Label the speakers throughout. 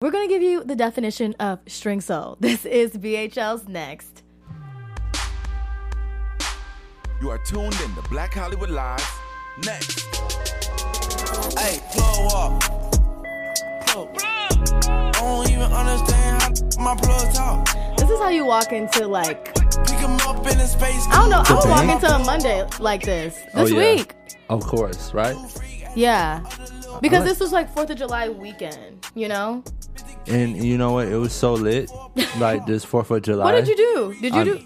Speaker 1: to give you the definition of string soul. This is BHL's Next.
Speaker 2: You are tuned in to Black Hollywood Live. Next. Hey, blow up. Blow. I don't even understand how my blood talk.
Speaker 1: This is how you walk into like
Speaker 2: Pick 'em up in a space.
Speaker 1: I don't know. I would walk
Speaker 3: bank?
Speaker 1: into a Monday like this this
Speaker 3: Oh, yeah.
Speaker 1: week.
Speaker 3: Of course, right?
Speaker 1: Yeah, because
Speaker 3: I like-
Speaker 1: this was like Fourth of July weekend. You know,
Speaker 3: And you know what? It was so lit. Like this Fourth of July.
Speaker 1: what did you do? Did you
Speaker 3: I-
Speaker 1: do?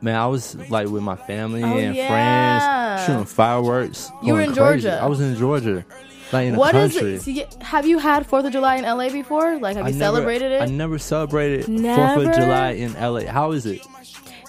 Speaker 3: Man, I was like with my family
Speaker 1: Oh,
Speaker 3: and
Speaker 1: yeah.
Speaker 3: friends, shooting fireworks.
Speaker 1: You were
Speaker 3: going
Speaker 1: in
Speaker 3: crazy.
Speaker 1: Georgia.
Speaker 3: I was in Georgia, like in
Speaker 1: What
Speaker 3: the
Speaker 1: is
Speaker 3: country.
Speaker 1: it? see, Have you had Fourth of July in LA before? Like, have
Speaker 3: I
Speaker 1: you
Speaker 3: never-
Speaker 1: celebrated
Speaker 3: I
Speaker 1: it?
Speaker 3: never celebrated Fourth
Speaker 1: Never?
Speaker 3: of July in LA. How is it?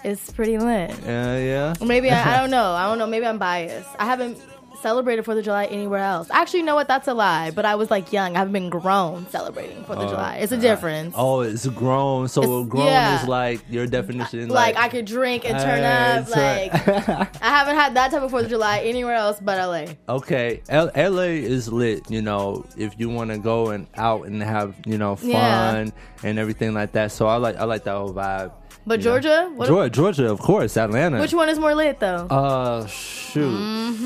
Speaker 1: it's pretty lit.
Speaker 3: Uh, yeah.
Speaker 1: Maybe I, I don't know. I don't know. Maybe I'm biased. I haven't celebrated Fourth of July anywhere else. Actually, you know what? That's a lie. But I was like young. I haven't been grown celebrating Fourth of July. It's a difference.
Speaker 3: Oh, it's grown. So
Speaker 1: It's-
Speaker 3: grown
Speaker 1: yeah.
Speaker 3: is like your definition.
Speaker 1: like, I could drink and turn
Speaker 3: uh,
Speaker 1: up.
Speaker 3: turn-
Speaker 1: Like I haven't had that type of Fourth of July anywhere else but LA.
Speaker 3: Oh. okay, L- LA is lit. You know, if you want to go and out and have you know fun
Speaker 1: Yeah.
Speaker 3: and everything like that. So I like I like that whole vibe.
Speaker 1: But
Speaker 3: you know.
Speaker 1: Georgia, what,
Speaker 3: Georgia, Georgia, of course, Atlanta.
Speaker 1: which one is more lit though?
Speaker 3: Uh, shoot.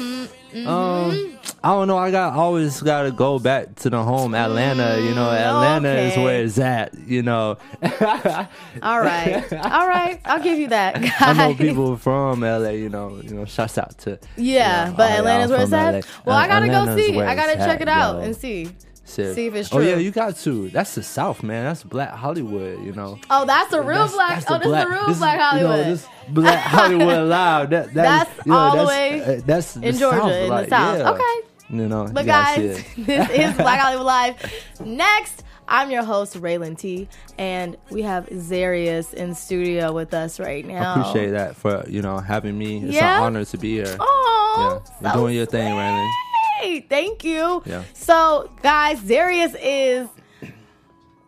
Speaker 1: Mm-hmm,
Speaker 3: Um, I don't know. I got always got to go back to the home, Atlanta. you know, Atlanta
Speaker 1: Mm,
Speaker 3: is
Speaker 1: okay.
Speaker 3: where it's at. You know,
Speaker 1: all right, all right, I'll give you that. Guys.
Speaker 3: I know people from LA. You know, you know. Shouts out to
Speaker 1: Yeah,
Speaker 3: you know,
Speaker 1: but
Speaker 3: all y'all
Speaker 1: Atlanta's where
Speaker 3: oh, from
Speaker 1: it's at.
Speaker 3: LA.
Speaker 1: Well,
Speaker 3: Uh,
Speaker 1: I gotta go
Speaker 3: Atlanta's
Speaker 1: see.
Speaker 3: where
Speaker 1: I gotta
Speaker 3: it's
Speaker 1: check
Speaker 3: at,
Speaker 1: it out
Speaker 3: yo.
Speaker 1: and see.
Speaker 3: Shit.
Speaker 1: see if it's
Speaker 3: Oh yeah,
Speaker 1: true.
Speaker 3: you got to. That's the South, man. That's Black Hollywood. You know.
Speaker 1: Oh, that's the real
Speaker 3: That's-
Speaker 1: black.
Speaker 3: that's
Speaker 1: oh, this is the real
Speaker 3: this
Speaker 1: black
Speaker 3: you know,
Speaker 1: Hollywood.
Speaker 3: this black Hollywood live. That, that
Speaker 1: That's
Speaker 3: you know,
Speaker 1: all the
Speaker 3: that's,
Speaker 1: way
Speaker 3: uh, that's the
Speaker 1: in Georgia,
Speaker 3: South,
Speaker 1: in the
Speaker 3: like,
Speaker 1: South.
Speaker 3: yeah.
Speaker 1: Okay.
Speaker 3: You know,
Speaker 1: But
Speaker 3: you gotta see
Speaker 1: guys,
Speaker 3: it.
Speaker 1: this is Black Hollywood Live. Next, I'm your host Raylan T, and we have Zarius in studio with us right now.
Speaker 3: I appreciate that for you know having me. It's
Speaker 1: Yeah?
Speaker 3: an honor to be here.
Speaker 1: Oh,
Speaker 3: Yeah. You're doing your thing, Raylan.
Speaker 1: Thank you.
Speaker 3: Yeah.
Speaker 1: So, guys, Darius is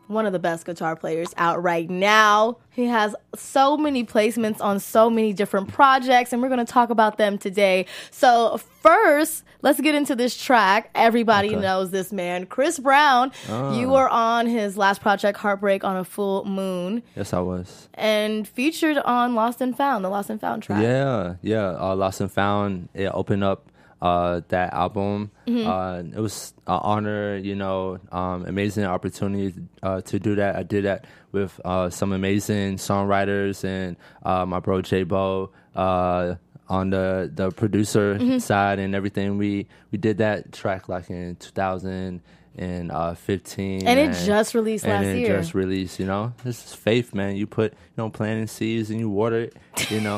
Speaker 1: one of the best guitar players out right now. He has so many placements on so many different projects, and we're going to talk about them today. So, first, let's get into this track. Everybody
Speaker 3: Okay. Ah.
Speaker 1: knows this man, Chris Brown. You were on his last project, Heartbreak on a Full Moon,
Speaker 3: Yes, I was.
Speaker 1: and featured on Lost and Found, the Lost and Found track.
Speaker 3: Yeah, yeah. Uh, Lost and Found. It opened up uh, that album.
Speaker 1: Mm-hmm.
Speaker 3: Uh, it was an honor, you know, um, amazing opportunity uh, to do that. I did that with uh, some amazing songwriters and uh, my bro J Bo. Uh, on the the producer
Speaker 1: Mm-hmm.
Speaker 3: side and everything, we we did that track like in 2015,
Speaker 1: And it just released
Speaker 3: and
Speaker 1: last
Speaker 3: it
Speaker 1: year.
Speaker 3: just released, you know, this is faith, man. You put you know planting seeds and you water it, you know,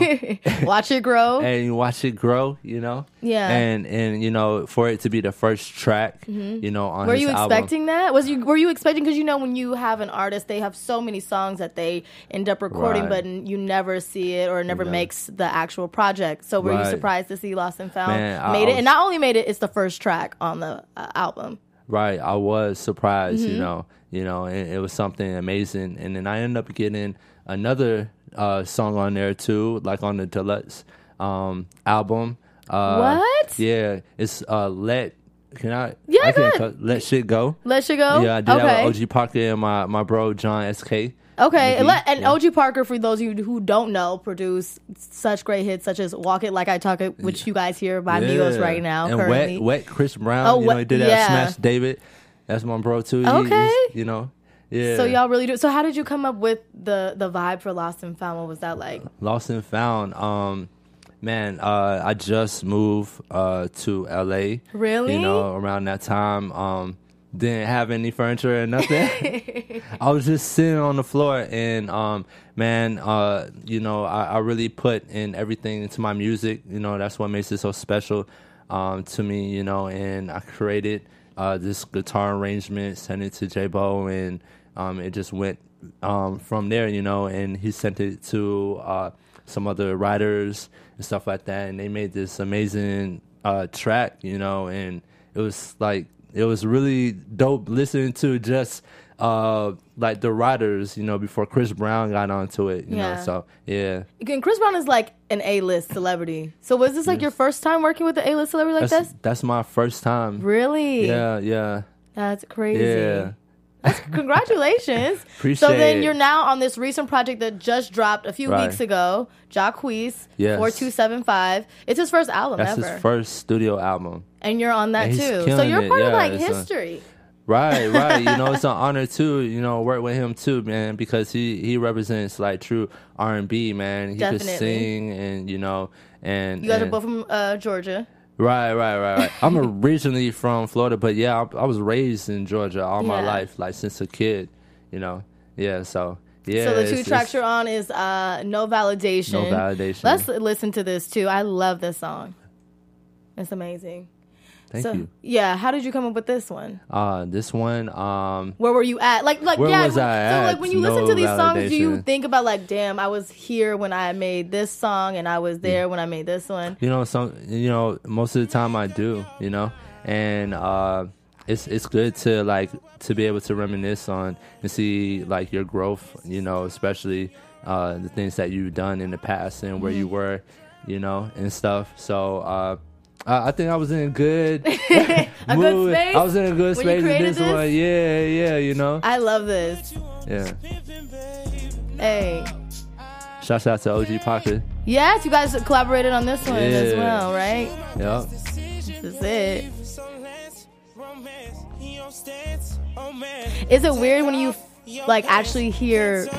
Speaker 1: Watch it grow.
Speaker 3: and you watch it grow, you know.
Speaker 1: Yeah.
Speaker 3: And and you know, for it to be the first track, you know, on
Speaker 1: Mm-hmm. Were
Speaker 3: his
Speaker 1: you
Speaker 3: album.
Speaker 1: expecting that? Was you were you expecting because you know when you have an artist, they have so many songs that they end up recording,
Speaker 3: Right.
Speaker 1: but n- you never see it or never
Speaker 3: Yeah.
Speaker 1: makes the actual project. So were you
Speaker 3: Right.
Speaker 1: surprised to see Lost and Found
Speaker 3: Man, I-
Speaker 1: made it?
Speaker 3: I
Speaker 1: And
Speaker 3: was-
Speaker 1: not only made it, it's the first track on the uh, album.
Speaker 3: Right. I was surprised,
Speaker 1: Mm-hmm.
Speaker 3: you know, you know, and it was something amazing. And then I ended up getting another uh, song on there too, like on the deluxe um, album. Uh,
Speaker 1: What?
Speaker 3: Yeah, it's uh, let. Can I?
Speaker 1: Yeah,
Speaker 3: I
Speaker 1: go
Speaker 3: can't
Speaker 1: ahead.
Speaker 3: cut- let shit go.
Speaker 1: Let you go.
Speaker 3: Yeah, I did
Speaker 1: okay.
Speaker 3: that with OG Parker and my, my bro John SK.
Speaker 1: Okay, and,
Speaker 3: Mhm.
Speaker 1: let, and
Speaker 3: Yeah.
Speaker 1: OG Parker, for those of you who don't know, produced such great hits such as "Walk It Like I Talk It," which you guys hear by Migos
Speaker 3: Yeah.
Speaker 1: right now.
Speaker 3: And
Speaker 1: currently.
Speaker 3: wet, wet Chris Brown.
Speaker 1: Oh,
Speaker 3: you
Speaker 1: Wet-
Speaker 3: know, he did that
Speaker 1: yeah.
Speaker 3: Smash David. That's my bro too. He- he's-
Speaker 1: Okay.
Speaker 3: you know. Yeah.
Speaker 1: So y'all really do. So how did you come up with the the vibe for Lost and Found? What was that like?
Speaker 3: Lost and found. Um, man, uh, I just moved uh to LA.
Speaker 1: Really?
Speaker 3: You know, around that time, um, didn't have any furniture or nothing. I was just sitting on the floor, and um, man, uh, you know, I, I really put in everything into my music. You know, that's what makes it so special, um, to me. You know, and I created uh this guitar arrangement, sent it to J Bo, and um, it just went um, from there, you know, and he sent it to uh, some other writers and stuff like that, and they made this amazing uh, track, you know, and it was like it was really dope listening to just uh, like the writers, you know, before Chris Brown got onto it, you
Speaker 1: Yeah.
Speaker 3: know, so yeah,
Speaker 1: And Chris Brown is like an A list celebrity. So was this like your first time working with an A list celebrity like
Speaker 3: that's
Speaker 1: this?
Speaker 3: that's my first time,
Speaker 1: Really?
Speaker 3: yeah, yeah,
Speaker 1: That's crazy.
Speaker 3: yeah,
Speaker 1: That's congratulations. so
Speaker 3: Appreciate
Speaker 1: then
Speaker 3: it.
Speaker 1: you're now on this recent project that just dropped a few
Speaker 3: Right.
Speaker 1: weeks ago, Jacquees
Speaker 3: Yes.
Speaker 1: 4275. It's his first album
Speaker 3: That's
Speaker 1: ever.
Speaker 3: his first studio album.
Speaker 1: and you're on that
Speaker 3: and
Speaker 1: too. So
Speaker 3: he's killing
Speaker 1: you're
Speaker 3: it.
Speaker 1: part of
Speaker 3: Yeah,
Speaker 1: like
Speaker 3: it's a-
Speaker 1: history.
Speaker 3: Right, right. You know, it's an honor too. You know, work with him too, man, because he he represents like true R and B, man. He
Speaker 1: Definitely.
Speaker 3: could sing, and you know, and
Speaker 1: you guys are
Speaker 3: and-
Speaker 1: both from uh, Georgia.
Speaker 3: Right, right, right, right. I'm originally from Florida, but yeah, I, I was raised in Georgia all my
Speaker 1: Yeah.
Speaker 3: life, like since a kid. You know, yeah. So yeah.
Speaker 1: So the two
Speaker 3: it's-
Speaker 1: tracks
Speaker 3: it's-
Speaker 1: you're on is uh, No Validation.
Speaker 3: No Validation.
Speaker 1: Let's listen to this too. I love this song. It's amazing.
Speaker 3: Thank
Speaker 1: so
Speaker 3: you.
Speaker 1: yeah, how did you come up with this one?
Speaker 3: Uh, this one, um,
Speaker 1: Where were you at? Like, like,
Speaker 3: Where
Speaker 1: yeah.
Speaker 3: was
Speaker 1: when-
Speaker 3: I
Speaker 1: so,
Speaker 3: at?
Speaker 1: like, when you
Speaker 3: No
Speaker 1: listen to these songs, do you
Speaker 3: validation.
Speaker 1: think about like, damn, I was here when I made this song, and I was there when I made this one?
Speaker 3: you know, some, you know, most of the time I do, you know, and uh, it's it's good to like to be able to reminisce on and see like your growth, you know, especially uh, the things that you've done in the past and where
Speaker 1: Mm-hmm.
Speaker 3: you were, you know, and stuff. So. Uh, I I think I was in a good,
Speaker 1: A good
Speaker 3: mood.
Speaker 1: space
Speaker 3: I was in a good
Speaker 1: when you
Speaker 3: space with
Speaker 1: created
Speaker 3: this,
Speaker 1: this?
Speaker 3: one. Yeah, yeah, you know.
Speaker 1: I love this.
Speaker 3: Yeah.
Speaker 1: Hey,
Speaker 3: Shouts out to OG Pocket.
Speaker 1: yes, you guys collaborated on this one as
Speaker 3: Yeah.
Speaker 1: well, right?
Speaker 3: Yeah.
Speaker 1: This is it.
Speaker 4: Is it weird when you like actually hear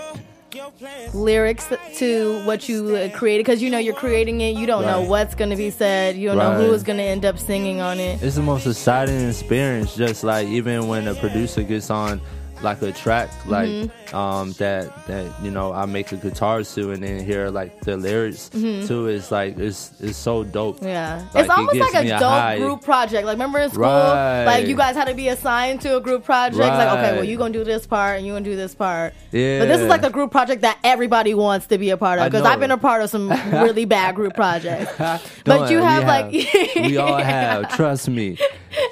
Speaker 1: Lyrics to what you uh, created, because you know you're creating it. You don't know
Speaker 3: Right.
Speaker 1: what's gonna be said. You don't know
Speaker 3: Right.
Speaker 1: who is gonna end up singing on it.
Speaker 3: it's the most exciting experience just like even when a producer gets on like a track like
Speaker 1: Mm-hmm.
Speaker 3: um that that you know i make a guitar to and then hear like the lyrics to it's like it's it's so dope
Speaker 1: Mm-hmm. Yeah,
Speaker 3: Like,
Speaker 1: it's
Speaker 3: it
Speaker 1: almost
Speaker 3: gives
Speaker 1: like a
Speaker 3: me a
Speaker 1: dope
Speaker 3: high.
Speaker 1: group project. Like remember in school,
Speaker 3: Right.
Speaker 1: like you guys had to be assigned to a group project. It's Like okay, well
Speaker 3: Right.
Speaker 1: you gonna do this part and you gonna do this part.
Speaker 3: yeah
Speaker 1: But this is like the group project that everybody wants to be a part of
Speaker 3: I
Speaker 1: because
Speaker 3: know.
Speaker 1: I've been a part of some really bad group projects.
Speaker 3: Don't
Speaker 1: you
Speaker 3: worry,
Speaker 1: have,
Speaker 3: we
Speaker 1: like-
Speaker 3: we all have trust me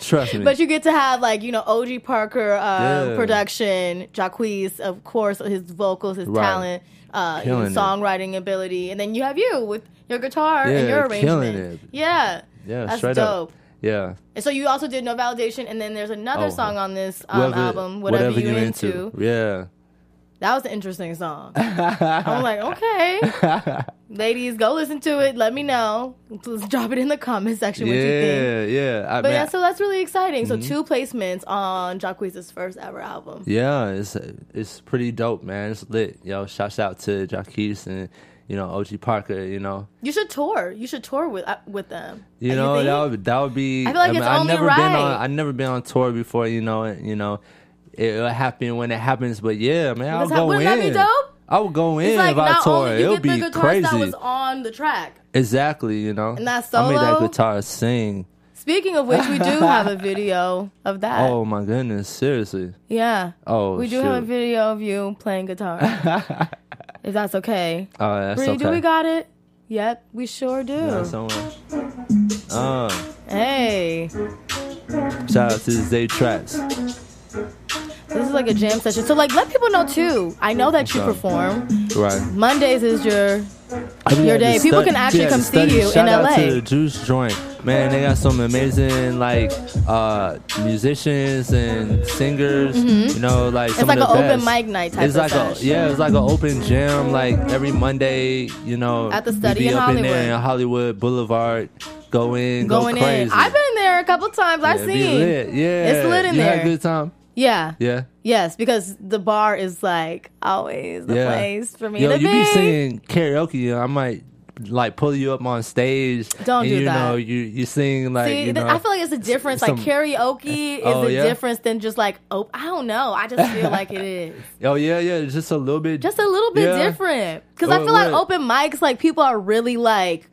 Speaker 3: trust me
Speaker 1: But you get to have like you know OG Parker uh,
Speaker 3: Yeah.
Speaker 1: production, Jacquees, of course, his vocals, his
Speaker 3: Right.
Speaker 1: talent, uh, his
Speaker 3: Killing it.
Speaker 1: songwriting ability, and then you have you with your guitar and
Speaker 3: Yeah,
Speaker 1: your
Speaker 3: killing
Speaker 1: arrangement.
Speaker 3: it.
Speaker 1: Yeah,
Speaker 3: yeah
Speaker 1: that's
Speaker 3: straight
Speaker 1: dope.
Speaker 3: up yeah
Speaker 1: And so you also did No Validation, and then there's another
Speaker 3: Oh.
Speaker 1: song on this um, album, Whatever, You into.
Speaker 3: yeah
Speaker 1: That was an interesting song. I'm like, okay. Ladies, go listen to it. Let me know. Please drop it in the comment section what you think.
Speaker 3: yeah yeah I,
Speaker 1: But
Speaker 3: man,
Speaker 1: yeah, so that's really exciting. So two placements on Jacquees' first ever album.
Speaker 3: Yeah, it's it's pretty dope, man. It's lit. Yo, shouts out to Jaquise and you know OG Parker. You know,
Speaker 1: You should tour. You should tour with uh, with them.
Speaker 3: you
Speaker 1: Uh,
Speaker 3: know
Speaker 1: think?
Speaker 3: that would that would be.
Speaker 1: I feel like it's
Speaker 3: I've
Speaker 1: only
Speaker 3: never been on.
Speaker 1: right.
Speaker 3: I've never been on tour before. You know, and, you know, it'll happen when it happens. But yeah, man, I'll
Speaker 1: That's how-
Speaker 3: go
Speaker 1: wouldn't
Speaker 3: in.
Speaker 1: that be dope?
Speaker 3: I would go in
Speaker 1: It's like
Speaker 3: if I
Speaker 1: not
Speaker 3: tour.
Speaker 1: only you
Speaker 3: It'll
Speaker 1: get the
Speaker 3: be
Speaker 1: guitar that
Speaker 3: crazy.
Speaker 1: was on the track.
Speaker 3: exactly, you know. And
Speaker 1: that
Speaker 3: I made that
Speaker 1: solo?
Speaker 3: guitar sing.
Speaker 1: Speaking of which, we do have a video of that.
Speaker 3: Oh my goodness, seriously.
Speaker 1: Yeah.
Speaker 3: Oh,
Speaker 1: We do have a
Speaker 3: shoot.
Speaker 1: video of you playing guitar. if that's okay.
Speaker 3: Oh, that's
Speaker 1: Bree,
Speaker 3: okay.
Speaker 1: do we got it? Yep, we sure do.
Speaker 3: That's so much. Uh,
Speaker 1: hey,
Speaker 3: shout out to Zay Tracks.
Speaker 1: this is like a jam session. So, like, let people know too. I know that you
Speaker 3: Okay.
Speaker 1: perform.
Speaker 3: Right.
Speaker 1: Mondays is your.
Speaker 3: I be
Speaker 1: Your
Speaker 3: at the
Speaker 1: day. People
Speaker 3: stud-
Speaker 1: can actually
Speaker 3: be at the
Speaker 1: come see
Speaker 3: study.
Speaker 1: you in
Speaker 3: Shout
Speaker 1: LA.
Speaker 3: Out to the Juice Joint, man. They got some amazing like uh, musicians and singers. You know, like some
Speaker 1: Mm-hmm. like
Speaker 3: of the
Speaker 1: an open
Speaker 3: best.
Speaker 1: mic night type
Speaker 3: It's
Speaker 1: of
Speaker 3: like a,
Speaker 1: sesh.
Speaker 3: yeah, it's like an open gym. Like every Monday, you know,
Speaker 1: At the
Speaker 3: we
Speaker 1: study
Speaker 3: be
Speaker 1: in
Speaker 3: up in
Speaker 1: Hollywood.
Speaker 3: there in Hollywood Boulevard. Go in,
Speaker 1: Going
Speaker 3: go crazy.
Speaker 1: in. I've been there a couple times. I've
Speaker 3: Yeah, be
Speaker 1: seen.
Speaker 3: lit. Yeah,
Speaker 1: It's lit in
Speaker 3: you
Speaker 1: there.
Speaker 3: Had a good time.
Speaker 1: Yeah.
Speaker 3: Yeah.
Speaker 1: Yes, because the bar is like always the
Speaker 3: Yeah.
Speaker 1: place for me
Speaker 3: Yo,
Speaker 1: to
Speaker 3: you
Speaker 1: be.
Speaker 3: be singing karaoke, I might like pull you up on stage.
Speaker 1: Don't
Speaker 3: and,
Speaker 1: do
Speaker 3: you
Speaker 1: that.
Speaker 3: Know, you you sing like
Speaker 1: See,
Speaker 3: you
Speaker 1: th-
Speaker 3: know,
Speaker 1: I feel like it's a difference.
Speaker 3: some-
Speaker 1: like karaoke is
Speaker 3: Oh,
Speaker 1: a
Speaker 3: yeah?
Speaker 1: difference than just like oh, I don't know. I just feel like it is.
Speaker 3: Oh yeah, yeah, it's just a little bit.
Speaker 1: just a little bit
Speaker 3: Yeah.
Speaker 1: different because i
Speaker 3: What-
Speaker 1: feel like
Speaker 3: what?
Speaker 1: open mics like people are really like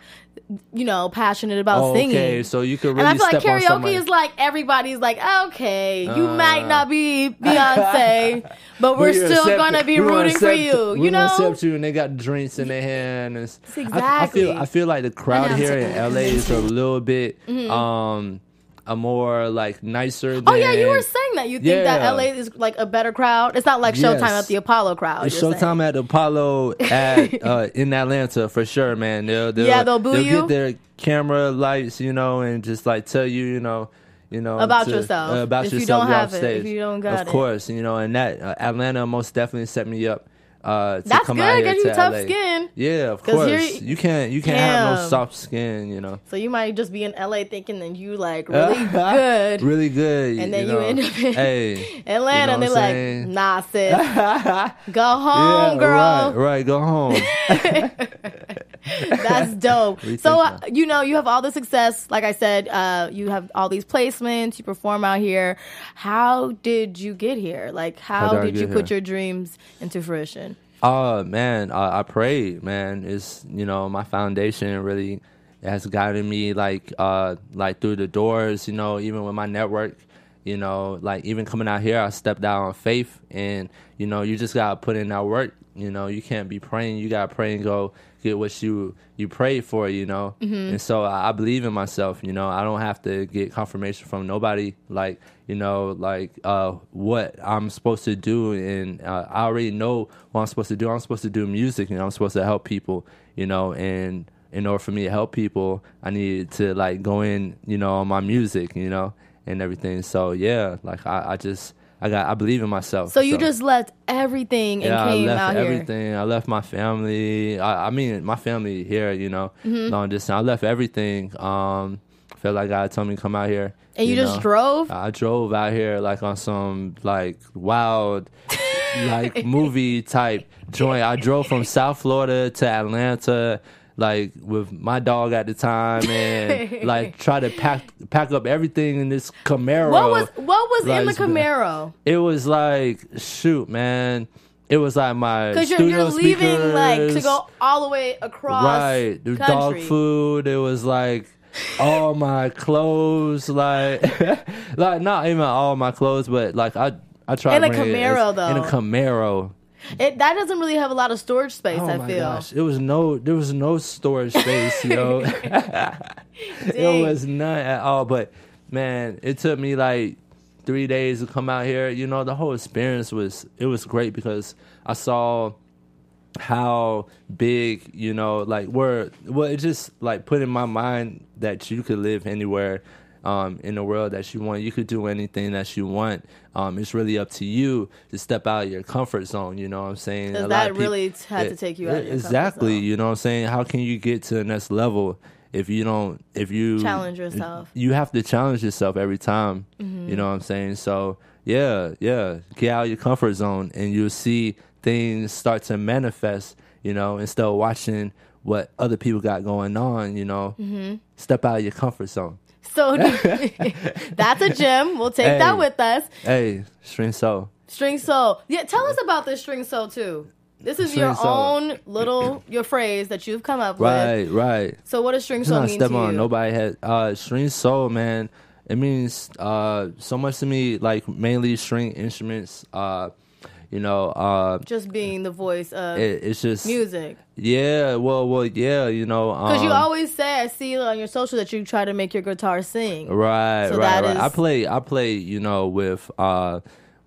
Speaker 1: you know passionate about
Speaker 3: Oh,
Speaker 1: singing
Speaker 3: Okay, so you could really
Speaker 1: and i feel like
Speaker 3: step on
Speaker 1: karaoke
Speaker 3: somebody.
Speaker 1: is like everybody's like okay you
Speaker 3: Uh.
Speaker 1: might not be beyonce but we're
Speaker 3: We
Speaker 1: still
Speaker 3: accept
Speaker 1: gonna
Speaker 3: it.
Speaker 1: be
Speaker 3: We wanna
Speaker 1: rooting for
Speaker 3: accept-
Speaker 1: you
Speaker 3: we
Speaker 1: you
Speaker 3: wanna
Speaker 1: know
Speaker 3: accept you, and they got drinks in their hand. and it's- I, I
Speaker 1: Exactly.
Speaker 3: feel I feel like the crowd
Speaker 1: know,
Speaker 3: here
Speaker 1: it's
Speaker 3: in
Speaker 1: like-
Speaker 3: LA is a little bit um a more like nicer. Than,
Speaker 1: Mm-hmm. Oh yeah, you were saying that you think
Speaker 3: Yeah.
Speaker 1: that LA is like a better crowd. It's not like Showtime
Speaker 3: Yes.
Speaker 1: at the Apollo crowd.
Speaker 3: It's
Speaker 1: you're saying.
Speaker 3: Showtime at Apollo at uh, in Atlanta for sure, man. They'll, they'll
Speaker 1: Yeah, they'll boo you.
Speaker 3: get their camera lights, you know, and just like tell you, you know, you know
Speaker 1: About yourself,
Speaker 3: uh, about
Speaker 1: if you
Speaker 3: yourself
Speaker 1: don't
Speaker 3: you're
Speaker 1: have
Speaker 3: off
Speaker 1: it,
Speaker 3: stage.
Speaker 1: if you don't got
Speaker 3: of
Speaker 1: it.
Speaker 3: course you know and that uh, atlanta most definitely set me up uh to
Speaker 1: That's
Speaker 3: come
Speaker 1: good,
Speaker 3: out here
Speaker 1: 'cause you
Speaker 3: to
Speaker 1: tough
Speaker 3: LA.
Speaker 1: skin.
Speaker 3: yeah of
Speaker 1: 'Cause you're-
Speaker 3: course you can't you can't have no
Speaker 1: Damn.
Speaker 3: soft skin you know
Speaker 1: So you might just be in LA thinking that you like really good.
Speaker 3: really good
Speaker 1: And then
Speaker 3: you,
Speaker 1: you
Speaker 3: know.
Speaker 1: end up in
Speaker 3: hey
Speaker 1: Atlanta,
Speaker 3: You know what I'm
Speaker 1: they're like,
Speaker 3: saying?
Speaker 1: nah, sis. Go home,
Speaker 3: yeah,
Speaker 1: girl.
Speaker 3: right right go home
Speaker 1: That's dope.
Speaker 3: We
Speaker 1: so
Speaker 3: think
Speaker 1: uh,
Speaker 3: so.
Speaker 1: you know you have all the success. Like I said, uh, you have all these placements. You perform out here. How did you get here? Like how,
Speaker 3: did I
Speaker 1: did you
Speaker 3: get
Speaker 1: put
Speaker 3: here?
Speaker 1: your dreams into fruition?
Speaker 3: Oh man, I, I prayed, man. It's you know my foundation really has guided me like uh like through the doors, you know, even with my network, you know, like even coming out here, I stepped out on faith, and you know, you just gotta put in that work. You know, you can't be praying. You gotta pray and go get what you you prayed for. You know,
Speaker 1: Mm-hmm.
Speaker 3: and so I, I believe in myself. You know, I don't have to get confirmation from nobody. Like you know, like uh, what I'm supposed to do, and uh, I already know what I'm supposed to do. I'm supposed to do music, and I'm supposed to help people, you know. And in order for me to help people, I needed to like go in, you know, on my music, you know, and everything. So yeah, like I, I just I got I believe in myself.
Speaker 1: So you just left everything and
Speaker 3: yeah,
Speaker 1: came
Speaker 3: I left
Speaker 1: out here.
Speaker 3: everything. I left my family. I, I mean, my family here, you know,
Speaker 1: Mm-hmm.
Speaker 3: long distance. I left everything. Um, felt like God told me to come out here.
Speaker 1: And you just
Speaker 3: know.
Speaker 1: drove?
Speaker 3: I drove out here like on some like wild, like movie type joint. I drove from South Florida to Atlanta. Like with my dog at the time, and like try to pack pack up everything in this Camaro.
Speaker 1: What was what was in the
Speaker 3: Like,
Speaker 1: Camaro?
Speaker 3: It was like shoot, man. It was like my
Speaker 1: Because you're,
Speaker 3: studio
Speaker 1: you're leaving like to
Speaker 3: speakers,
Speaker 1: go all the way across
Speaker 3: right. The dog
Speaker 1: country.
Speaker 3: food. It was like all my clothes, like like not even all my clothes, but like I I tried
Speaker 1: In a
Speaker 3: bringing it
Speaker 1: Camaro,
Speaker 3: as- in a
Speaker 1: though.
Speaker 3: Camaro.
Speaker 1: It, that doesn't really have a lot of storage space.
Speaker 3: Oh
Speaker 1: I
Speaker 3: my
Speaker 1: feel.
Speaker 3: gosh, it was no there was no storage space, yo.
Speaker 1: Dang.
Speaker 3: it was none at all. But man, it took me like three days to come out here. You know, the whole experience was it was great because I saw how big you know like where well it just like put in my mind that you could live anywhere um in the world that you want you could do anything that you want um it's really up to you to step out of your comfort zone you know what i'm saying
Speaker 1: Does
Speaker 3: A lot
Speaker 1: that
Speaker 3: of peop-
Speaker 1: really t- had to
Speaker 3: it-
Speaker 1: take you out of your comfort
Speaker 3: exactly
Speaker 1: zone?
Speaker 3: you know what i'm saying how can you get to the next level if you don't if you
Speaker 1: Challenge yourself. Mm-hmm.
Speaker 3: you have to challenge yourself every time. You know what I'm saying? So yeah, yeah. Get out of your comfort zone and you'll see things start to manifest, you know, instead of watching what other people got going on, you know.
Speaker 1: Mm-hmm.
Speaker 3: Step out of your comfort zone.
Speaker 1: So that's a gym. We'll take
Speaker 3: Hey.
Speaker 1: that with us.
Speaker 3: Hey, string so.
Speaker 1: String soul. Yeah, tell us about this string soul too. This is your
Speaker 3: String soul.
Speaker 1: own little your phrase that you've come up with.
Speaker 3: Right, right.
Speaker 1: So what does string
Speaker 3: It's
Speaker 1: soul
Speaker 3: not
Speaker 1: mean
Speaker 3: step
Speaker 1: to
Speaker 3: on
Speaker 1: you?
Speaker 3: nobody had uh string soul man it means uh so much to me like mainly string instruments uh you know uh
Speaker 1: Just being the voice of
Speaker 3: it, it's just
Speaker 1: music.
Speaker 3: Yeah, well, well, yeah, you know,
Speaker 1: Because
Speaker 3: um,
Speaker 1: you always say, I see on your social that you try to make your guitar sing.
Speaker 3: right,
Speaker 1: so
Speaker 3: right,
Speaker 1: that
Speaker 3: right. I
Speaker 1: is-
Speaker 3: play, I play, you know, with uh,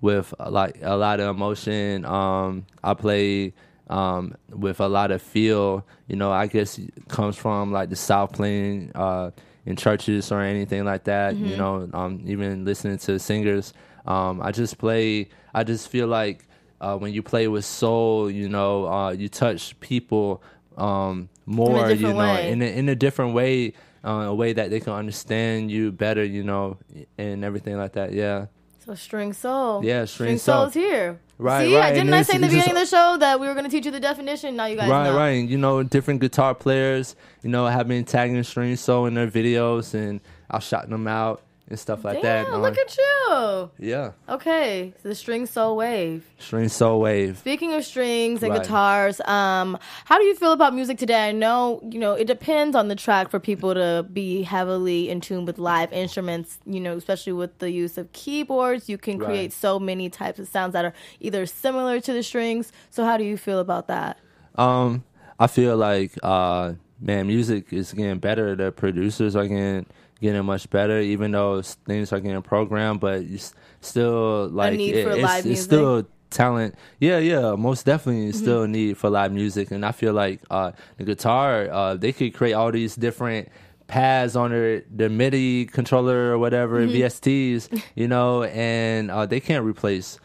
Speaker 3: with uh, like a lot of emotion. Um, I play um with a lot of feel. You know, I guess it comes from like the South playing uh in churches or anything like that.
Speaker 1: Mm-hmm.
Speaker 3: You know, um, even listening to singers. Um, I just play. I just feel like uh, when you play with soul, you know, uh, you touch people um more, you know,
Speaker 1: different way.
Speaker 3: in a, in a different way, uh, a way that they can understand you better, you know, and everything like that. Yeah,
Speaker 1: So string soul.
Speaker 3: Yeah, string
Speaker 1: soul's
Speaker 3: soul.
Speaker 1: here.
Speaker 3: Right,
Speaker 1: See,
Speaker 3: right,
Speaker 1: I didn't
Speaker 3: and
Speaker 1: I
Speaker 3: it's-
Speaker 1: say in the
Speaker 3: it's just-
Speaker 1: beginning of the show that we were going to teach you the definition? Now you guys
Speaker 3: right,
Speaker 1: know.
Speaker 3: right. And, you know, different guitar players, you know, have been tagging String Soul in their videos, and I've shot them out and stuff like
Speaker 1: Damn,
Speaker 3: that.
Speaker 1: look
Speaker 3: um,
Speaker 1: at you.
Speaker 3: yeah,
Speaker 1: Okay, so the string soul wave.
Speaker 3: String Soul Wave.
Speaker 1: Speaking of strings and
Speaker 3: Right.
Speaker 1: guitars, um, how do you feel about music today? I know you know it depends on the track for people to be heavily in tune with live instruments. You know, especially with the use of keyboards, you can
Speaker 3: Right.
Speaker 1: create so many types of sounds that are either similar to the strings. So, how do you feel about that?
Speaker 3: Um, I feel like uh, man, music is getting better. The producers are getting getting much better, even though s- things are getting programmed. But you s- still like
Speaker 1: need
Speaker 3: it-
Speaker 1: for
Speaker 3: it's,
Speaker 1: live
Speaker 3: it's
Speaker 1: music?
Speaker 3: still talent. Yeah, yeah, most definitely still a need for live music. And I feel like uh, the guitar, uh, they could create all these different pads on their, their MIDI controller or whatever, VSTs, you know, and uh, they can't replace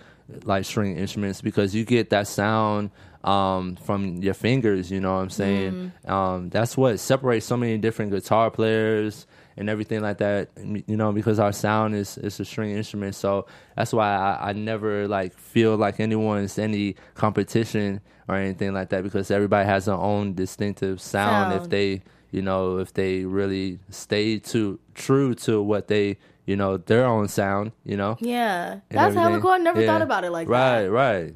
Speaker 3: like string instruments because you get that sound um, from your fingers, you know what I'm saying? Um, that's what separates so many different guitar players and everything like that, m- you know, because our sound is, is a string instrument. So that's why I, I never like feel like anyone's any competition or anything like that because everybody has their own distinctive sound, if
Speaker 1: Sound.
Speaker 3: they, you know, if they really stay to true to what they, you know, their own sound, you know
Speaker 1: Yeah,
Speaker 3: and
Speaker 1: that's how it
Speaker 3: everything.
Speaker 1: go. I never
Speaker 3: Yeah.
Speaker 1: thought about it like
Speaker 3: right,
Speaker 1: that.
Speaker 3: Right, right.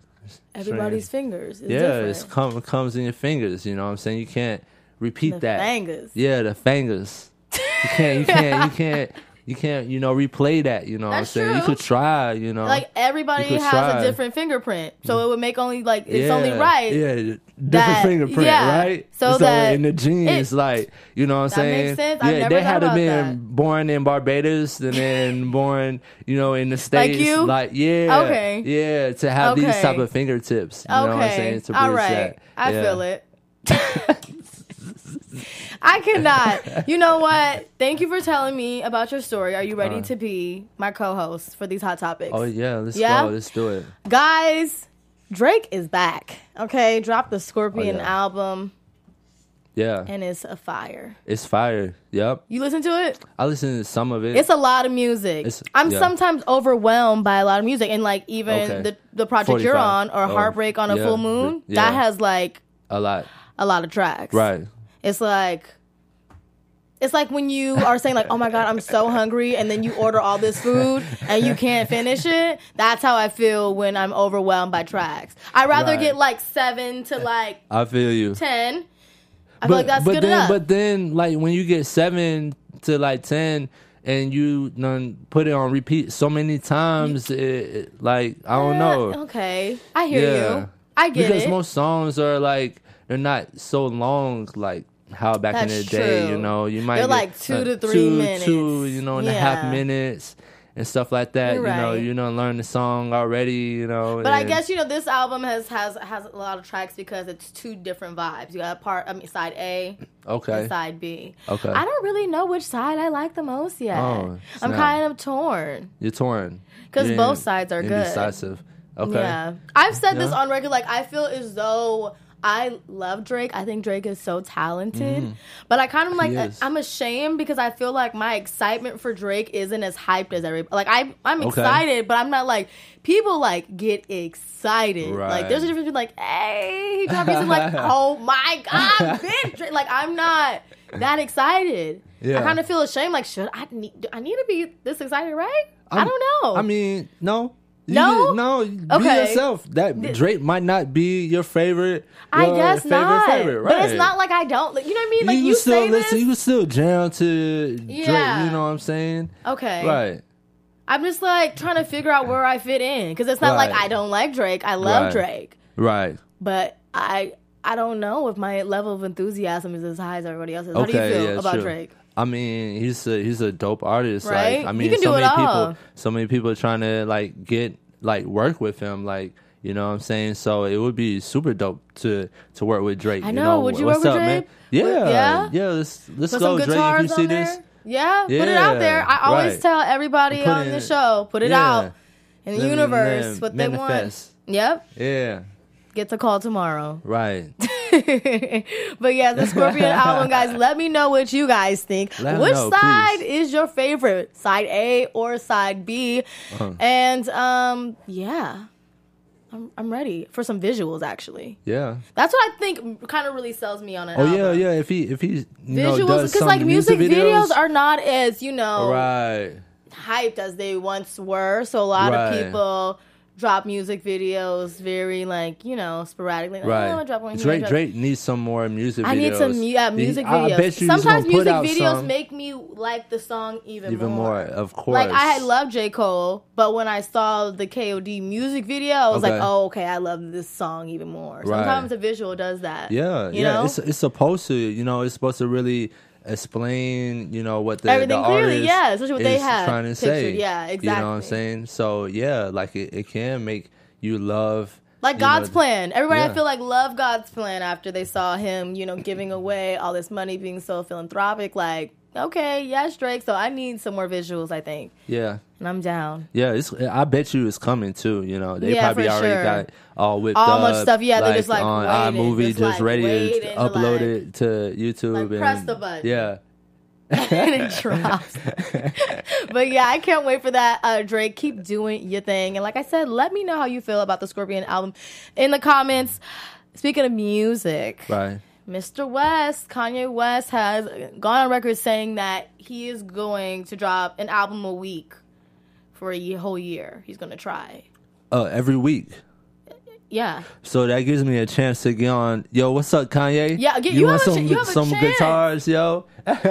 Speaker 1: Everybody's fingers. Is
Speaker 3: yeah,
Speaker 1: different.
Speaker 3: it's come comes in your fingers. You know what I'm saying? You can't repeat
Speaker 1: The
Speaker 3: that.
Speaker 1: fingers.
Speaker 3: Yeah, the fingers. You can't. You can't. you can't. You can't. You know, replay that. You know
Speaker 1: That's
Speaker 3: what I'm saying? You
Speaker 1: true.
Speaker 3: could try. You know,
Speaker 1: Like everybody
Speaker 3: You could
Speaker 1: has
Speaker 3: try.
Speaker 1: a different fingerprint, so it would make only like it's
Speaker 3: yeah,
Speaker 1: only right.
Speaker 3: Yeah, different
Speaker 1: that-
Speaker 3: fingerprint,
Speaker 1: yeah,
Speaker 3: right?
Speaker 1: so that
Speaker 3: in the genes,
Speaker 1: it-
Speaker 3: like you know what I'm
Speaker 1: That
Speaker 3: saying?
Speaker 1: makes sense.
Speaker 3: Yeah,
Speaker 1: I've never
Speaker 3: they
Speaker 1: thought
Speaker 3: had to
Speaker 1: about
Speaker 3: been
Speaker 1: that.
Speaker 3: born in Barbados and then born, you know, in the states.
Speaker 1: you?
Speaker 3: yeah,
Speaker 1: Okay.
Speaker 3: yeah, to have these
Speaker 1: Okay.
Speaker 3: type of fingertips. You
Speaker 1: Okay,
Speaker 3: know what I'm saying? To bridge
Speaker 1: all right,
Speaker 3: that.
Speaker 1: I
Speaker 3: Yeah.
Speaker 1: feel it. I cannot. You know what? Thank you for telling me about your story. Are you ready to be my co-host for these hot topics?
Speaker 3: Oh yeah, let's
Speaker 1: Yeah?
Speaker 3: go. Let's do it.
Speaker 1: Guys, Drake is back. Okay, dropped the Scorpion
Speaker 3: Oh, yeah.
Speaker 1: album
Speaker 3: Yeah,
Speaker 1: and it's a fire.
Speaker 3: it's fire. Yep,
Speaker 1: You listen to it?
Speaker 3: I listened to some of it.
Speaker 1: It's a lot of music.
Speaker 3: It's-
Speaker 1: I'm
Speaker 3: yeah.
Speaker 1: sometimes overwhelmed by a lot of music, and like even
Speaker 3: Okay.
Speaker 1: the the project you're on
Speaker 3: 45.
Speaker 1: or
Speaker 3: Oh,
Speaker 1: Heartbreak on a
Speaker 3: yeah,
Speaker 1: Full Moon
Speaker 3: yeah.
Speaker 1: that has like
Speaker 3: a lot,
Speaker 1: a lot of tracks.
Speaker 3: right?
Speaker 1: It's like. It's like when you are saying like, "Oh my god, I'm so hungry," and then you order all this food and you can't finish it. That's how I feel when I'm overwhelmed by tracks. I rather
Speaker 3: Right.
Speaker 1: get like seven to like
Speaker 3: I feel you.
Speaker 1: ten. I feel like that's
Speaker 3: but
Speaker 1: good
Speaker 3: then,
Speaker 1: enough.
Speaker 3: But then, like when you get seven to like ten, and you done put it on repeat so many times, it, it- like I don't know.
Speaker 1: Uh, Okay, I hear
Speaker 3: yeah,
Speaker 1: you. I get
Speaker 3: because
Speaker 1: it.
Speaker 3: most songs are like they're not so long, like. How back in the
Speaker 1: That's
Speaker 3: day, you
Speaker 1: true.
Speaker 3: know, you might
Speaker 1: They're
Speaker 3: get,
Speaker 1: like two to three
Speaker 3: two,
Speaker 1: minutes.
Speaker 3: two, you know, and a half
Speaker 1: Yeah.
Speaker 3: minutes and stuff like that.
Speaker 1: You're
Speaker 3: You know,
Speaker 1: right.
Speaker 3: you know, learn the song already, you know.
Speaker 1: But I
Speaker 3: and-
Speaker 1: guess you know this album has has has a lot of tracks because it's two different vibes. You got part I mean side A
Speaker 3: okay,
Speaker 1: and side B.
Speaker 3: Okay.
Speaker 1: I don't really know which side I like the most yet.
Speaker 3: Oh,
Speaker 1: I'm
Speaker 3: snap.
Speaker 1: kind of torn.
Speaker 3: you're torn
Speaker 1: 'Cause
Speaker 3: You're
Speaker 1: both sides are good.
Speaker 3: Indecisive. Okay.
Speaker 1: Yeah. I've said this
Speaker 3: Yeah.
Speaker 1: on record like I feel as though I love Drake. I think Drake is so talented. But I kind of like
Speaker 3: Mm-hmm. is.
Speaker 1: I'm ashamed because I feel like my excitement for Drake isn't as hyped as everybody. Like I I'm
Speaker 3: Okay.
Speaker 1: excited, but I'm not like people like get excited.
Speaker 3: Right.
Speaker 1: Like there's a difference between like, "Hey, he got music," like, "Oh my god, big Drake." Like I'm not that excited.
Speaker 3: Yeah.
Speaker 1: I kind of feel ashamed like, "Should I need do I need to be this excited, right?" I'm, I
Speaker 3: I'm-
Speaker 1: do not know.
Speaker 3: I mean, no. You
Speaker 1: No?
Speaker 3: did- no. you Be
Speaker 1: Okay.
Speaker 3: yourself. That Drake might not be your favorite.
Speaker 1: I
Speaker 3: your
Speaker 1: guess
Speaker 3: favorite,
Speaker 1: not.
Speaker 3: Favorite, right?
Speaker 1: But it's not like I don't. Like, you know what I mean? Like you,
Speaker 3: can still
Speaker 1: say this.
Speaker 3: You can still jam to Drake.
Speaker 1: Yeah.
Speaker 3: You know what I'm saying?
Speaker 1: okay.
Speaker 3: Right.
Speaker 1: I'm just like trying to figure out where I fit in because it's not like
Speaker 3: Right.
Speaker 1: I don't like Drake. I love
Speaker 3: Right.
Speaker 1: Drake,
Speaker 3: Right.
Speaker 1: but I I don't know if my level of enthusiasm is as high as everybody else's. How do
Speaker 3: Okay,
Speaker 1: you feel
Speaker 3: yeah,
Speaker 1: about
Speaker 3: sure.
Speaker 1: Drake?
Speaker 3: I mean, he's a, he's a dope artist.
Speaker 1: Right?
Speaker 3: Like, I
Speaker 1: You
Speaker 3: mean,
Speaker 1: can
Speaker 3: so
Speaker 1: do it
Speaker 3: many
Speaker 1: all.
Speaker 3: people, so many people are trying to like get like work with him. Like, you know what I'm saying? So it would be super dope to to work with Drake.
Speaker 1: I
Speaker 3: you
Speaker 1: know.
Speaker 3: know
Speaker 1: Would you
Speaker 3: What's
Speaker 1: work with
Speaker 3: up, man?
Speaker 1: Drake?
Speaker 3: Yeah,
Speaker 1: Would- yeah?
Speaker 3: yeah, Let's let's
Speaker 1: Put
Speaker 3: go,
Speaker 1: some
Speaker 3: Drake. If you
Speaker 1: guitars
Speaker 3: see
Speaker 1: on
Speaker 3: this,
Speaker 1: there. Yeah, put it out there. I
Speaker 3: Yeah,
Speaker 1: always
Speaker 3: right.
Speaker 1: tell everybody
Speaker 3: Put
Speaker 1: on
Speaker 3: it
Speaker 1: the
Speaker 3: in-
Speaker 1: show, put it
Speaker 3: yeah.
Speaker 1: out in the
Speaker 3: Let me-
Speaker 1: universe
Speaker 3: let
Speaker 1: what
Speaker 3: manifest.
Speaker 1: they want. Yep,
Speaker 3: yeah,
Speaker 1: gets a call tomorrow.
Speaker 3: right.
Speaker 1: but yeah, the Scorpion album, guys. Let me know what you guys think.
Speaker 3: Let 'em
Speaker 1: Which
Speaker 3: know,
Speaker 1: side
Speaker 3: please.
Speaker 1: is your favorite, side A or side B?
Speaker 3: Uh-huh.
Speaker 1: And um, yeah, I'm I'm ready for some visuals. Actually,
Speaker 3: Yeah.
Speaker 1: that's what I think kind of really sells me on an
Speaker 3: Oh
Speaker 1: album.
Speaker 3: yeah, yeah. If he if he you know,
Speaker 1: Visuals,
Speaker 3: does
Speaker 1: because
Speaker 3: some
Speaker 1: like music, videos, Oh,
Speaker 3: videos,
Speaker 1: are not as you know
Speaker 3: right.
Speaker 1: hyped as they once were. So a lot
Speaker 3: Right.
Speaker 1: of people drop music videos very like you know sporadically. Like,
Speaker 3: Right.
Speaker 1: oh, I'm gonna drop one here, I'm gonna
Speaker 3: Drake
Speaker 1: drop-
Speaker 3: Drake needs some more music videos.
Speaker 1: I need some mu- yeah,
Speaker 3: He-
Speaker 1: music
Speaker 3: I-
Speaker 1: videos.
Speaker 3: I bet you he's
Speaker 1: Sometimes
Speaker 3: gonna put
Speaker 1: music
Speaker 3: out
Speaker 1: videos
Speaker 3: some
Speaker 1: make me like the song even,
Speaker 3: even more. Of course.
Speaker 1: Like I had loved J. Cole, but when I saw the KOD music video, I was
Speaker 3: Okay.
Speaker 1: like, "Oh, okay, I love this song even more." Sometimes a visual does that.
Speaker 3: Yeah,
Speaker 1: you
Speaker 3: yeah.
Speaker 1: know?
Speaker 3: It's it's supposed to, you know, it's supposed to really explain, you know, what the
Speaker 1: Everything
Speaker 3: the
Speaker 1: clearly,
Speaker 3: artist
Speaker 1: yeah, especially what they
Speaker 3: is
Speaker 1: had
Speaker 3: trying to say.
Speaker 1: pictured, yeah,
Speaker 3: You know what I'm
Speaker 1: exactly.
Speaker 3: saying? So yeah, like it, it can make you love
Speaker 1: like
Speaker 3: you know,
Speaker 1: God's plan. Everybody,
Speaker 3: yeah.
Speaker 1: I feel like, loved God's plan after they saw him, you know, giving away all this money, being so philanthropic. Like, okay, yes, Drake. So I need some more visuals, I think,
Speaker 3: Yeah.
Speaker 1: and I'm down.
Speaker 3: Yeah, it's. I bet you it's coming too. You know, they
Speaker 1: Yeah,
Speaker 3: probably
Speaker 1: for
Speaker 3: already
Speaker 1: sure.
Speaker 3: got all whipped
Speaker 1: All
Speaker 3: up,
Speaker 1: much stuff, yeah, they're just, like,
Speaker 3: on
Speaker 1: waiting,
Speaker 3: iMovie,
Speaker 1: just,
Speaker 3: just,
Speaker 1: like,
Speaker 3: ready to
Speaker 1: waiting to,
Speaker 3: upload
Speaker 1: like-
Speaker 3: it to YouTube. and,
Speaker 1: Like, press the button.
Speaker 3: Yeah,
Speaker 1: and it drops. but yeah, I can't wait for that. Uh, Drake, keep doing your thing. And like I said, let me know how you feel about the Scorpion album in the comments. Speaking of music,
Speaker 3: right.
Speaker 1: Mr. West, Kanye West, has gone on record saying that he is going to drop an album a week for a ye- whole year. He's going to try.
Speaker 3: Uh, every week.
Speaker 1: Yeah.
Speaker 3: So that gives me a chance to get on. Yo, what's up, Kanye?
Speaker 1: Yeah, get- you
Speaker 3: want
Speaker 1: have a
Speaker 3: some
Speaker 1: ch- you have a
Speaker 3: some
Speaker 1: chance.
Speaker 3: guitars, yo.
Speaker 1: Do
Speaker 3: Hey,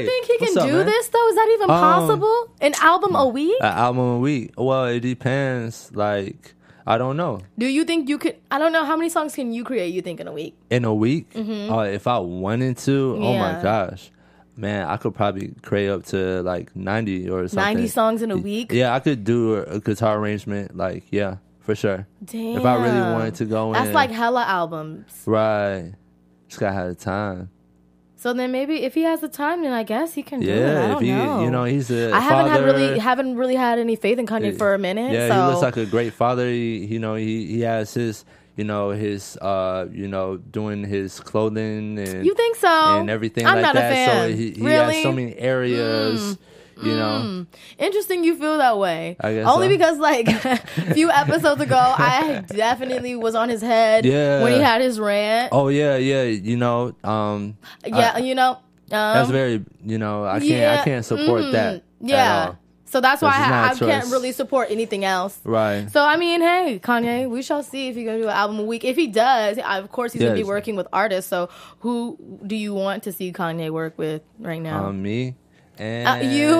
Speaker 1: you think he can
Speaker 3: what's up,
Speaker 1: do
Speaker 3: man?
Speaker 1: this, though? Is that even
Speaker 3: Um,
Speaker 1: possible? An album a week?
Speaker 3: An album a week. Well, it depends. Like, I don't know.
Speaker 1: Do you think you could? I don't know. How many songs can you create, you think, in a week?
Speaker 3: in a week, uh, if I wanted to, oh my
Speaker 1: Mm-hmm. Yeah.
Speaker 3: gosh, man, I could probably create up to like ninety or something.
Speaker 1: 90 songs in a week?
Speaker 3: Yeah, I could do a, a guitar arrangement. Like, yeah, for sure. If I really
Speaker 1: Damn.
Speaker 3: wanted to go
Speaker 1: That's
Speaker 3: in,
Speaker 1: like hella albums.
Speaker 3: right. Just gotta have the time.
Speaker 1: So then maybe if he has the time, then I guess he can do it. I
Speaker 3: Yeah,
Speaker 1: don't
Speaker 3: if he,
Speaker 1: know.
Speaker 3: you know, he's a
Speaker 1: I haven't had
Speaker 3: father.
Speaker 1: really haven't really had any faith in Kanye for a minute.
Speaker 3: Yeah,
Speaker 1: so.
Speaker 3: he looks like a great father. He, you know, he he has his, you know, his, uh, you know, doing his clothing and
Speaker 1: You think so?
Speaker 3: and everything
Speaker 1: I'm
Speaker 3: like
Speaker 1: not
Speaker 3: that.
Speaker 1: a fan.
Speaker 3: So he, he
Speaker 1: really? Mm.
Speaker 3: has so many areas, you know.
Speaker 1: Interesting you feel that way.
Speaker 3: I guess
Speaker 1: Only
Speaker 3: so.
Speaker 1: because like a few episodes ago I definitely was on his head
Speaker 3: Yeah.
Speaker 1: when he had his rant.
Speaker 3: Oh yeah, yeah. You know, um,
Speaker 1: yeah,
Speaker 3: I-
Speaker 1: you know. Um,
Speaker 3: that's very. You know, I can't.
Speaker 1: yeah,
Speaker 3: I can't support
Speaker 1: mm,
Speaker 3: that. at
Speaker 1: Yeah.
Speaker 3: all.
Speaker 1: So that's why
Speaker 3: This is
Speaker 1: I,
Speaker 3: not
Speaker 1: I
Speaker 3: a
Speaker 1: can't
Speaker 3: choice.
Speaker 1: really support anything else.
Speaker 3: Right.
Speaker 1: So I mean, hey, Kanye, we shall see if he's gonna do an album a week. If he does, I- of course he's gonna be
Speaker 3: Yes.
Speaker 1: working with artists. So who do you want to see Kanye work with right now?
Speaker 3: um, me and
Speaker 1: Oh.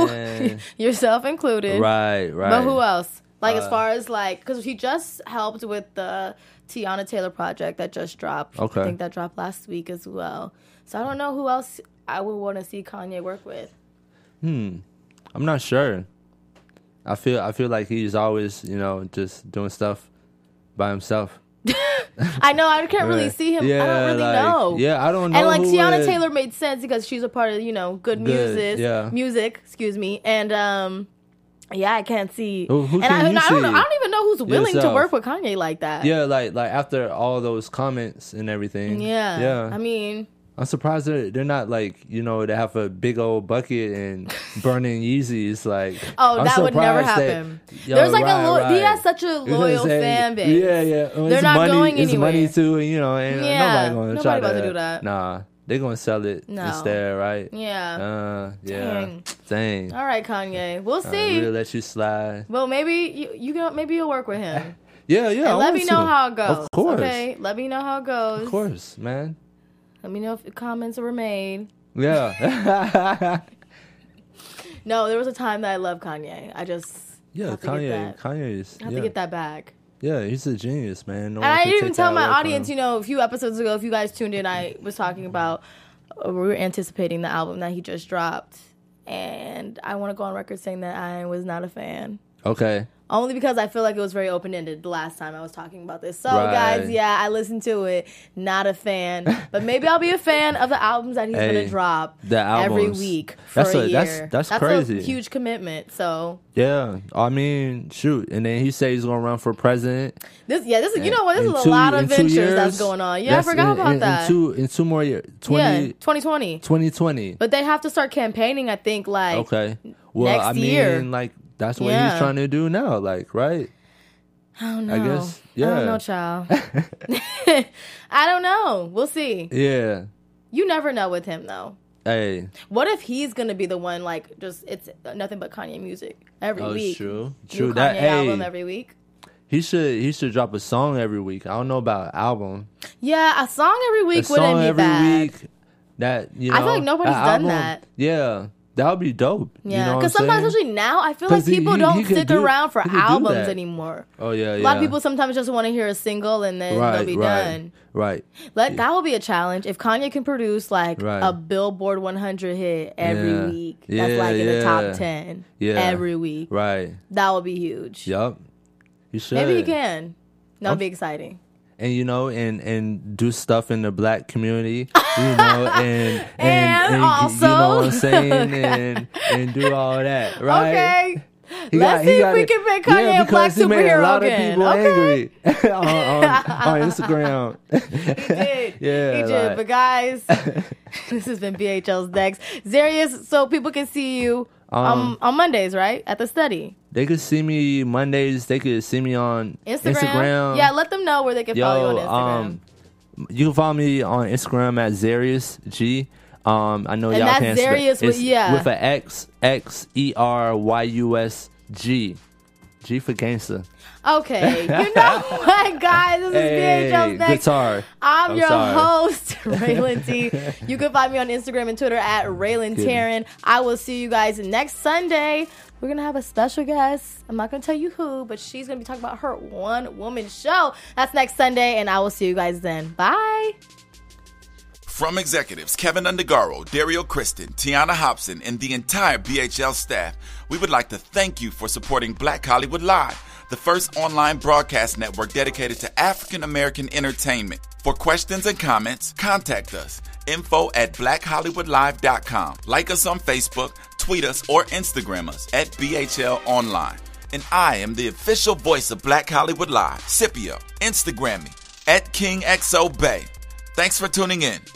Speaker 1: Uh, you, yourself included.
Speaker 3: Um, right. Uh, Right.
Speaker 1: But who else? Like as far as like, because he just helped with the Tiana Taylor project that just dropped. I
Speaker 3: Okay.
Speaker 1: think that dropped last week as well. So I don't know who else I would want to see Kanye work with.
Speaker 3: I'm not sure. I feel I feel like he's always, you know, just doing stuff by himself.
Speaker 1: I know I can't really
Speaker 3: Right.
Speaker 1: see him. I don't really
Speaker 3: like-
Speaker 1: know.
Speaker 3: Yeah, I don't know.
Speaker 1: And like
Speaker 3: who
Speaker 1: Tiana
Speaker 3: would-
Speaker 1: Taylor made sense because she's a part of you know good,
Speaker 3: Good,
Speaker 1: music,
Speaker 3: yeah.
Speaker 1: music, excuse me, and um, yeah, I can't see.
Speaker 3: Who- who
Speaker 1: and
Speaker 3: can
Speaker 1: I,
Speaker 3: you
Speaker 1: and I don't know,
Speaker 3: see?
Speaker 1: I don't even know who's willing to
Speaker 3: Yourself.
Speaker 1: work with Kanye like that.
Speaker 3: Yeah, like like after all those comments and everything.
Speaker 1: yeah,
Speaker 3: Yeah.
Speaker 1: I mean,
Speaker 3: I'm surprised they're they're not like, you know, they have a big old bucket and burning Yeezys like
Speaker 1: oh,
Speaker 3: I'm
Speaker 1: that would never
Speaker 3: surprised they-
Speaker 1: happen.
Speaker 3: Yo,
Speaker 1: There's like
Speaker 3: right,
Speaker 1: a lo- he
Speaker 3: right.
Speaker 1: has such a
Speaker 3: Because
Speaker 1: loyal
Speaker 3: they-
Speaker 1: fan base.
Speaker 3: Yeah, yeah. They're
Speaker 1: not
Speaker 3: money,
Speaker 1: going
Speaker 3: it's
Speaker 1: anywhere.
Speaker 3: money too, and you know, ain't
Speaker 1: Yeah,
Speaker 3: nobody gonna
Speaker 1: nobody
Speaker 3: try
Speaker 1: about to do that.
Speaker 3: Nah, they're gonna sell it
Speaker 1: No.
Speaker 3: instead, right?
Speaker 1: Yeah.
Speaker 3: Uh, yeah.
Speaker 1: Dang.
Speaker 3: Dang.
Speaker 1: All right, Kanye, we'll
Speaker 3: I
Speaker 1: see.
Speaker 3: Uh, really let you slide.
Speaker 1: well, maybe you, you can, maybe you'll work with him.
Speaker 3: Yeah, yeah. I
Speaker 1: And let
Speaker 3: want
Speaker 1: me
Speaker 3: to.
Speaker 1: know how it goes.
Speaker 3: Of course.
Speaker 1: Okay, let me know how it goes.
Speaker 3: Of course, man.
Speaker 1: Let me know if comments were made.
Speaker 3: Yeah.
Speaker 1: No, there was a time that I loved Kanye. I just
Speaker 3: yeah,
Speaker 1: have to get
Speaker 3: Kanye.
Speaker 1: that.
Speaker 3: Kanye is.
Speaker 1: I have
Speaker 3: yeah.
Speaker 1: to get that back.
Speaker 3: Yeah, he's a genius, man. No one
Speaker 1: And I
Speaker 3: can
Speaker 1: didn't even
Speaker 3: take
Speaker 1: tell
Speaker 3: that
Speaker 1: my
Speaker 3: away from
Speaker 1: audience, you
Speaker 3: him.
Speaker 1: know, a few episodes ago, if you guys tuned in, I was talking about uh, we were anticipating the album that he just dropped. And I want to go on record saying that I was not a fan.
Speaker 3: Okay.
Speaker 1: Only because I feel like it was very open ended the last time I was talking about this. So,
Speaker 3: Right.
Speaker 1: guys, yeah, I listened to it. Not a fan. But maybe I'll be a fan of the albums that he's going
Speaker 3: Hey,
Speaker 1: to drop
Speaker 3: the
Speaker 1: every
Speaker 3: albums.
Speaker 1: week for
Speaker 3: That's
Speaker 1: a,
Speaker 3: a-
Speaker 1: year.
Speaker 3: that's- that's crazy.
Speaker 1: a huge commitment. So,
Speaker 3: Yeah, I mean, shoot, and then he said he's gonna run for president.
Speaker 1: This yeah, this is you know what, this
Speaker 3: In
Speaker 1: is a
Speaker 3: two-
Speaker 1: lot of
Speaker 3: in two
Speaker 1: ventures that's
Speaker 3: years,
Speaker 1: going on. Yeah, I
Speaker 3: that's
Speaker 1: forgot
Speaker 3: in-
Speaker 1: about
Speaker 3: in,
Speaker 1: that.
Speaker 3: In two, in two more years, 20,
Speaker 1: yeah, twenty twenty.
Speaker 3: 2020.
Speaker 1: But they have to start campaigning, I think, like
Speaker 3: Okay. Well,
Speaker 1: next
Speaker 3: I mean,
Speaker 1: year.
Speaker 3: like that's what
Speaker 1: Yeah.
Speaker 3: he's trying to do now, like right?
Speaker 1: I don't know.
Speaker 3: I guess-
Speaker 1: I
Speaker 3: yeah.
Speaker 1: don't know, child. I don't know. We'll see.
Speaker 3: Yeah.
Speaker 1: You never know with him though.
Speaker 3: Hey,
Speaker 1: What if he's gonna be the one like just it's nothing but Kanye music every
Speaker 3: Oh,
Speaker 1: week?
Speaker 3: true.
Speaker 1: New
Speaker 3: True.
Speaker 1: Kanye
Speaker 3: That-
Speaker 1: album
Speaker 3: hey.
Speaker 1: every week.
Speaker 3: he should he should drop a song every week. I don't know about an album.
Speaker 1: Yeah, a song every
Speaker 3: A
Speaker 1: week wouldn't
Speaker 3: song
Speaker 1: be
Speaker 3: every
Speaker 1: bad.
Speaker 3: week. That you know,
Speaker 1: I feel like nobody's
Speaker 3: that
Speaker 1: done
Speaker 3: album-
Speaker 1: that.
Speaker 3: Yeah, that would be dope. you
Speaker 1: Yeah,
Speaker 3: know what I'm
Speaker 1: because sometimes,
Speaker 3: saying?
Speaker 1: especially now, I feel like
Speaker 3: 'Cause he-
Speaker 1: people
Speaker 3: he-
Speaker 1: don't
Speaker 3: he could
Speaker 1: stick
Speaker 3: do-
Speaker 1: around for
Speaker 3: he could do
Speaker 1: albums
Speaker 3: that.
Speaker 1: anymore.
Speaker 3: oh yeah,
Speaker 1: A lot of people sometimes just want to hear a single and then
Speaker 3: right,
Speaker 1: they'll be
Speaker 3: right,
Speaker 1: done.
Speaker 3: right.
Speaker 1: Let that will be a challenge. If Kanye can produce like
Speaker 3: Right.
Speaker 1: a Billboard 100 hit every
Speaker 3: Yeah.
Speaker 1: week, that's
Speaker 3: Yeah,
Speaker 1: like in the
Speaker 3: yeah.
Speaker 1: top 10
Speaker 3: Yeah.
Speaker 1: every week.
Speaker 3: Right.
Speaker 1: That would be huge.
Speaker 3: Yup. You should.
Speaker 1: Maybe he can. That'd
Speaker 3: I'm-
Speaker 1: be exciting.
Speaker 3: and you know and and do stuff in the black community you know and and,
Speaker 1: And
Speaker 3: and
Speaker 1: also-
Speaker 3: you know what i'm saying and and do all that right
Speaker 1: Okay.
Speaker 3: He
Speaker 1: Let's
Speaker 3: he
Speaker 1: see if we
Speaker 3: it-
Speaker 1: can make Kanye
Speaker 3: yeah,
Speaker 1: a black
Speaker 3: because he made
Speaker 1: superhero
Speaker 3: a lot
Speaker 1: again.
Speaker 3: of people
Speaker 1: Okay.
Speaker 3: angry on, on, on Instagram.
Speaker 1: He did.
Speaker 3: Yeah,
Speaker 1: He did.
Speaker 3: like-
Speaker 1: but guys, this has been BHL's Dex. Zarius, so people can see you um,
Speaker 3: Um,
Speaker 1: on Mondays, right? At the study.
Speaker 3: They could see me Mondays. They could see me on
Speaker 1: Instagram.
Speaker 3: Instagram.
Speaker 1: Yeah, let them know where they can follow Oh, you on Instagram.
Speaker 3: um, you can follow me on Instagram at Zarius G. Um, I know
Speaker 1: And
Speaker 3: y'all
Speaker 1: that's
Speaker 3: can't spell-
Speaker 1: Zarius with-
Speaker 3: it's
Speaker 1: yeah.
Speaker 3: with a X X E R Y U S G. G for gangster.
Speaker 1: okay. You know what, guys? This is BHL's Dex.
Speaker 3: guitar.
Speaker 1: I'm,
Speaker 3: I'm
Speaker 1: your
Speaker 3: sorry.
Speaker 1: host, Raylan T. You can find me on Instagram and Twitter at Raylan
Speaker 3: Kidding.
Speaker 1: Taryn. I will see you guys next Sunday. We're gonna have a special guest. I'm not gonna tell you who, but she's gonna be talking about her one woman show. That's next Sunday, and I will see you guys then. Bye.
Speaker 2: From executives Kevin Undergaro, Dario Kristen, Tiana Hobson, and the entire BHL staff, we would like to thank you for supporting Black Hollywood Live, the first online broadcast network dedicated to African American entertainment. For questions and comments, contact us. Info at blackhollywoodlive.com. Like us on Facebook, tweet us, or Instagram us at BHL Online. And I am the official voice of Black Hollywood Live, Scipio. Instagram me at KingXOBay. Thanks for tuning in.